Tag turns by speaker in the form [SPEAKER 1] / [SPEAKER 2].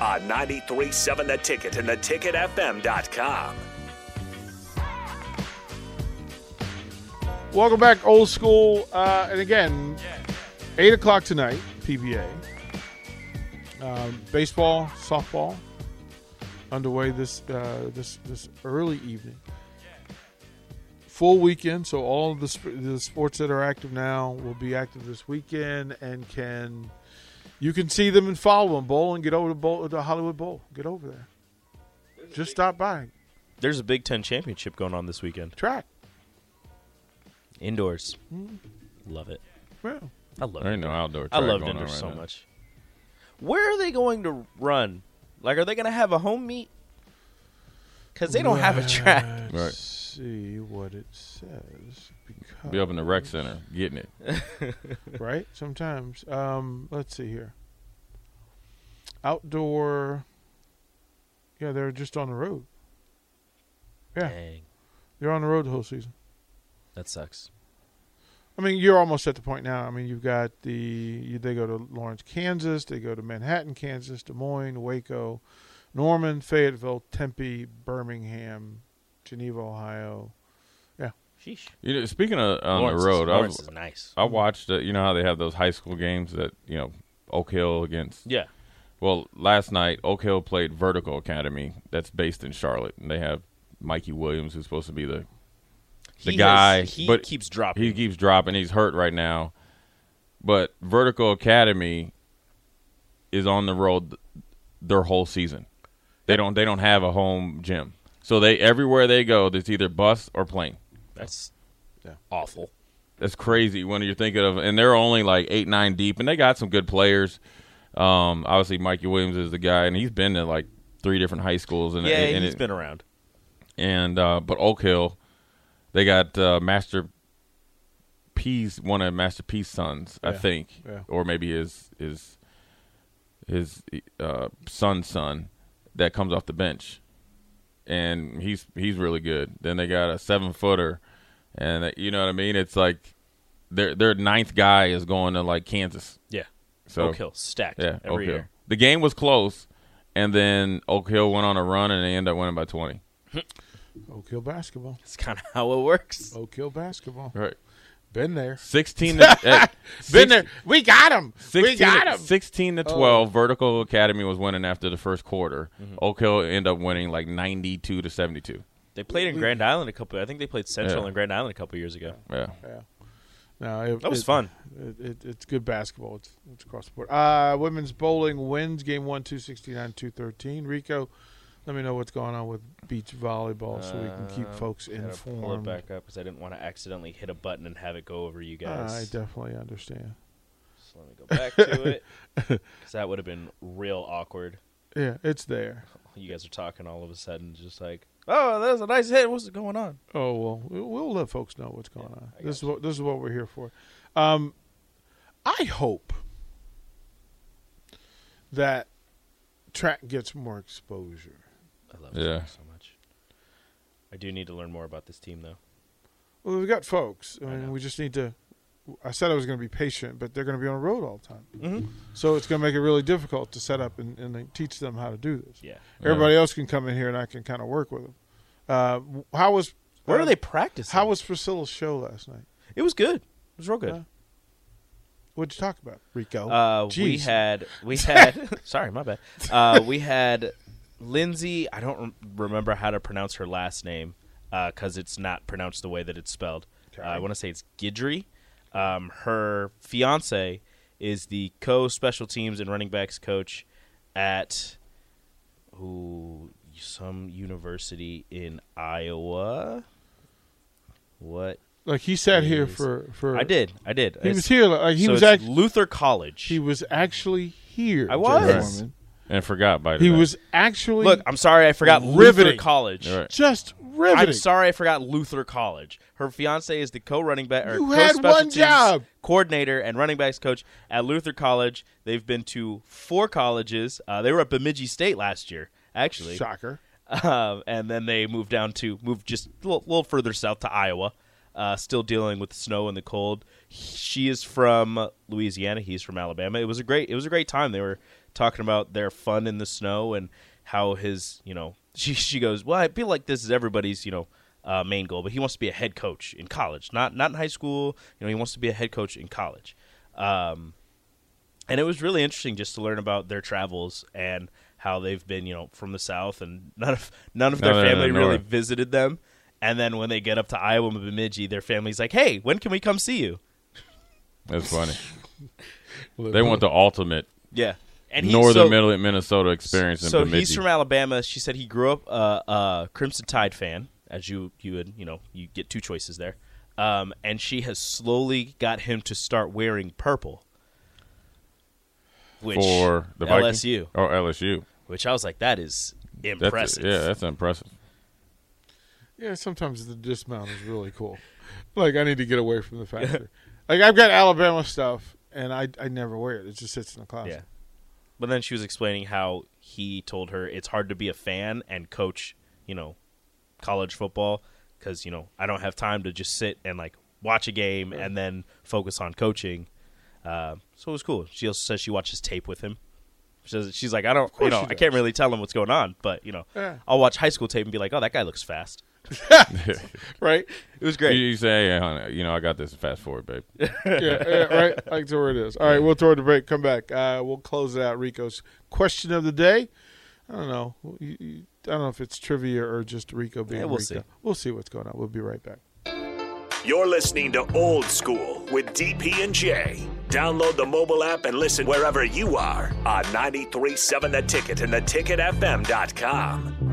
[SPEAKER 1] on 93.7 The Ticket and theticketfm.com.
[SPEAKER 2] Welcome back, old school. Uh, and again, eight o'clock tonight, PBA. Um, baseball, softball, underway this uh, this this early evening. Full weekend, so all of the sp- the sports that are active now will be active this weekend, and can you can see them and follow them. Bowl and get over to bowl to Hollywood Bowl. Get over there. Just stop by.
[SPEAKER 3] There's a Big Ten championship going on this weekend.
[SPEAKER 2] Track.
[SPEAKER 3] Indoors.
[SPEAKER 4] Hmm.
[SPEAKER 3] Love it.
[SPEAKER 2] Well,
[SPEAKER 3] I love it.
[SPEAKER 4] There ain't no outdoor.
[SPEAKER 3] I
[SPEAKER 4] track
[SPEAKER 3] loved
[SPEAKER 4] going on
[SPEAKER 3] Indoors
[SPEAKER 4] right
[SPEAKER 3] so
[SPEAKER 4] now.
[SPEAKER 3] much. Where are they going to run? Like, are they going to have a home meet? Because they don't have a track.
[SPEAKER 2] Let's
[SPEAKER 4] Right.
[SPEAKER 2] see what it says. Because,
[SPEAKER 4] Be up in the rec center getting it.
[SPEAKER 2] right? Sometimes. Um, let's see here. Outdoor. Yeah, they're just on the road. Yeah,
[SPEAKER 3] Dang,
[SPEAKER 2] they're on the road the whole season.
[SPEAKER 3] that sucks.
[SPEAKER 2] I mean, you're almost at the point now. I mean, you've got the you, they go to Lawrence, Kansas. They go to Manhattan, Kansas, Des Moines, Waco, Norman, Fayetteville, Tempe, Birmingham, Geneva, Ohio.
[SPEAKER 3] Sheesh.
[SPEAKER 4] You know, speaking of on
[SPEAKER 3] Lawrence
[SPEAKER 4] the
[SPEAKER 3] is-
[SPEAKER 4] road,
[SPEAKER 3] Lawrence
[SPEAKER 4] I've,
[SPEAKER 3] is nice.
[SPEAKER 4] I watched. Uh, you know how they have those high school games that you know Oak Hill against.
[SPEAKER 3] Yeah.
[SPEAKER 4] Well, last night Oak Hill played Vertical Academy, that's based in Charlotte, and they have Mikey Williams, who's supposed to be the the
[SPEAKER 3] He has-
[SPEAKER 4] guy.
[SPEAKER 3] he
[SPEAKER 4] but
[SPEAKER 3] keeps dropping.
[SPEAKER 4] He keeps dropping. He's hurt right now. But Vertical Academy is on the road th- their whole season. They don't. They don't have a home gym, so they everywhere they go, there's either bus or plane.
[SPEAKER 3] That's awful.
[SPEAKER 4] That's crazy when you're thinking of, and they're only like eight, nine deep, and they got some good players. Um, obviously, Mikey Williams is the guy, and he's been to like three different high schools, and
[SPEAKER 3] Yeah,
[SPEAKER 4] and
[SPEAKER 3] he's
[SPEAKER 4] it-
[SPEAKER 3] been around.
[SPEAKER 4] and uh, but Oak Hill, they got uh, Master P's one of Master P's sons, I
[SPEAKER 2] Yeah,
[SPEAKER 4] think,
[SPEAKER 2] yeah.
[SPEAKER 4] or maybe his his his uh, son's son that comes off the bench, and he's he's really good. Then they got a seven footer, and uh, you know what I mean. It's like their their ninth guy is going to like Kansas,
[SPEAKER 3] Yeah.
[SPEAKER 4] so
[SPEAKER 3] Oak Hill stacked
[SPEAKER 4] yeah,
[SPEAKER 3] every
[SPEAKER 4] Oak Hill.
[SPEAKER 3] year.
[SPEAKER 4] The game was close, and then Oak Hill went on a run and they ended up winning by twenty.
[SPEAKER 2] Oak Hill basketball.
[SPEAKER 3] That's kind of how it works.
[SPEAKER 2] Oak Hill basketball.
[SPEAKER 4] Right.
[SPEAKER 2] Been there.
[SPEAKER 4] 16 to, eh,
[SPEAKER 2] Been
[SPEAKER 4] six-
[SPEAKER 2] there. We got him. We
[SPEAKER 4] 16
[SPEAKER 2] got Oh. him.
[SPEAKER 4] 16 to 12 vertical academy was winning after the first quarter
[SPEAKER 2] Mm-hmm.
[SPEAKER 4] oak hill ended up winning like 92 to 72
[SPEAKER 3] They played in Grand Island a couple. I think they played Central
[SPEAKER 4] Yeah.
[SPEAKER 3] and Grand Island a couple years ago.
[SPEAKER 4] yeah
[SPEAKER 2] No, it,
[SPEAKER 3] That was
[SPEAKER 2] it-
[SPEAKER 3] fun.
[SPEAKER 2] It, it, it's good basketball. It's, it's across the board. Uh, women's bowling wins game one, 269, 213. Rico, let me know what's going on with beach volleyball so we can keep folks
[SPEAKER 3] Uh, Gotta pull it
[SPEAKER 2] informed.
[SPEAKER 3] back up because I didn't want to accidentally hit a button and have it go over you guys.
[SPEAKER 2] I definitely understand.
[SPEAKER 3] So let me go back to it. 'Cause that would have been real awkward.
[SPEAKER 2] Yeah, it's there.
[SPEAKER 3] You guys are talking all of a sudden, just like, oh, that was a nice hit. What's going on?
[SPEAKER 2] Oh well, we- we'll let folks know what's going on. This is what this is what we're here for. Um, I hope that track gets more exposure.
[SPEAKER 3] I love
[SPEAKER 4] Yeah.
[SPEAKER 3] Zach so much. I do need to learn more about this team, though.
[SPEAKER 2] Well, we've got folks. I mean,
[SPEAKER 3] know.
[SPEAKER 2] we just need to. I said I was going to be patient, but they're going to be on the road all the time.
[SPEAKER 3] Mm-hmm.
[SPEAKER 2] So it's going to make it really difficult to set up and, and like, teach them how to do this.
[SPEAKER 3] Yeah.
[SPEAKER 2] Everybody else can come in here and I can kind of work with them. Uh, w- how was
[SPEAKER 3] Where
[SPEAKER 2] uh,
[SPEAKER 3] are they practicing?
[SPEAKER 2] How was Priscilla's show last night?
[SPEAKER 3] it was good. It was real good.
[SPEAKER 2] Yeah. What'd you talk about, Rico?
[SPEAKER 3] Uh, we
[SPEAKER 2] Jeez.
[SPEAKER 3] had we had sorry my bad uh, we had lindsay i don't rem- remember how to pronounce her last name because it's not pronounced the way that it's spelled Uh, i want to say it's gidry um, her fiance is the co special teams and running backs coach at ooh, some university in iowa what
[SPEAKER 2] like he sat here
[SPEAKER 3] is-
[SPEAKER 2] for for
[SPEAKER 3] i did i did
[SPEAKER 2] He
[SPEAKER 3] It's-
[SPEAKER 2] was here. Like he
[SPEAKER 3] so
[SPEAKER 2] was
[SPEAKER 3] it's
[SPEAKER 2] actually
[SPEAKER 3] luther college
[SPEAKER 2] he was actually here.
[SPEAKER 3] I
[SPEAKER 2] Jay
[SPEAKER 3] was.
[SPEAKER 2] Foreman.
[SPEAKER 4] and forgot by the
[SPEAKER 2] He
[SPEAKER 4] way.
[SPEAKER 2] was actually
[SPEAKER 3] Look, I'm sorry I forgot
[SPEAKER 2] Riveting.
[SPEAKER 3] Luther College.
[SPEAKER 4] You're right.
[SPEAKER 2] just riveting.
[SPEAKER 3] I'm sorry I forgot Luther College. Her fiance is the co-running back. Or
[SPEAKER 2] You had
[SPEAKER 3] co-special
[SPEAKER 2] one
[SPEAKER 3] teams
[SPEAKER 2] job.
[SPEAKER 3] Coordinator and running backs coach at Luther College. They've been to four colleges. Uh, they were at Bemidji State last year, actually,
[SPEAKER 2] Shocker.
[SPEAKER 3] um, and then they moved down to moved just a little, little further south to Iowa. Uh, still dealing with the snow and the cold. She is from Louisiana. He's from Alabama. It was a great. It was a great time. They were talking about their fun in the snow and how his. You know, she she goes. Well, I feel like this is everybody's. You know. Uh, main goal, but he wants to be a head coach in college, not not in high school. You know, he wants to be a head coach in college. Um, and it was really interesting just to learn about their travels and how they've been, you know, from the south, and none of none of their
[SPEAKER 4] No, they're in the
[SPEAKER 3] family really
[SPEAKER 4] north.
[SPEAKER 3] visited them. And then when they get up to Iowa and Bemidji, their family's like, "Hey, when can we come see you?"
[SPEAKER 4] That's funny. they want the ultimate
[SPEAKER 3] Yeah, and
[SPEAKER 4] northern
[SPEAKER 3] so-
[SPEAKER 4] middle Minnesota experience in
[SPEAKER 3] So
[SPEAKER 4] Bemidji.
[SPEAKER 3] he's from Alabama. She said he grew up a uh, uh, Crimson Tide fan, as you you would you know you get two choices there, um, and she has slowly got him to start wearing purple. Which
[SPEAKER 4] for the Vikings? Oh,
[SPEAKER 3] LSU,
[SPEAKER 4] or LSU.
[SPEAKER 3] which I was like, that is
[SPEAKER 4] That's
[SPEAKER 3] impressive.
[SPEAKER 4] yeah, that's impressive.
[SPEAKER 2] Yeah, sometimes the dismount is really cool. Like I need to get away from the factory. like I've got Alabama stuff and I I never wear it. It just sits in the closet.
[SPEAKER 3] Yeah. But then she was explaining how he told her it's hard to be a fan and coach, you know, college football because, you know, I don't have time to just sit and like watch a game and then focus on coaching. Uh, so it was cool. She also says she watches tape with him. She says, she's like, I don't, you
[SPEAKER 2] course
[SPEAKER 3] know,
[SPEAKER 2] she
[SPEAKER 3] I
[SPEAKER 2] does.
[SPEAKER 3] can't really tell him what's going on, but, you know,
[SPEAKER 2] Yeah.
[SPEAKER 3] I'll watch high school tape and be like, oh, that guy looks fast.
[SPEAKER 2] Right?
[SPEAKER 3] It was
[SPEAKER 4] You,
[SPEAKER 3] great.
[SPEAKER 4] you say, hey, honey, you know, I got this. Fast forward, babe.
[SPEAKER 2] yeah, yeah, right. Like to where it is. All right, we'll throw it to break. Come back. Uh, we'll close it out. Rico's question of the day. I don't know. You- you- I don't know if it's trivia or just Rico being.
[SPEAKER 3] we'll
[SPEAKER 2] Rico.
[SPEAKER 3] see.
[SPEAKER 2] We'll see what's going on. We'll be right back.
[SPEAKER 1] You're listening to Old School with DP and J. Download the mobile app and listen wherever you are on 937 The Ticket and theticketfm.com.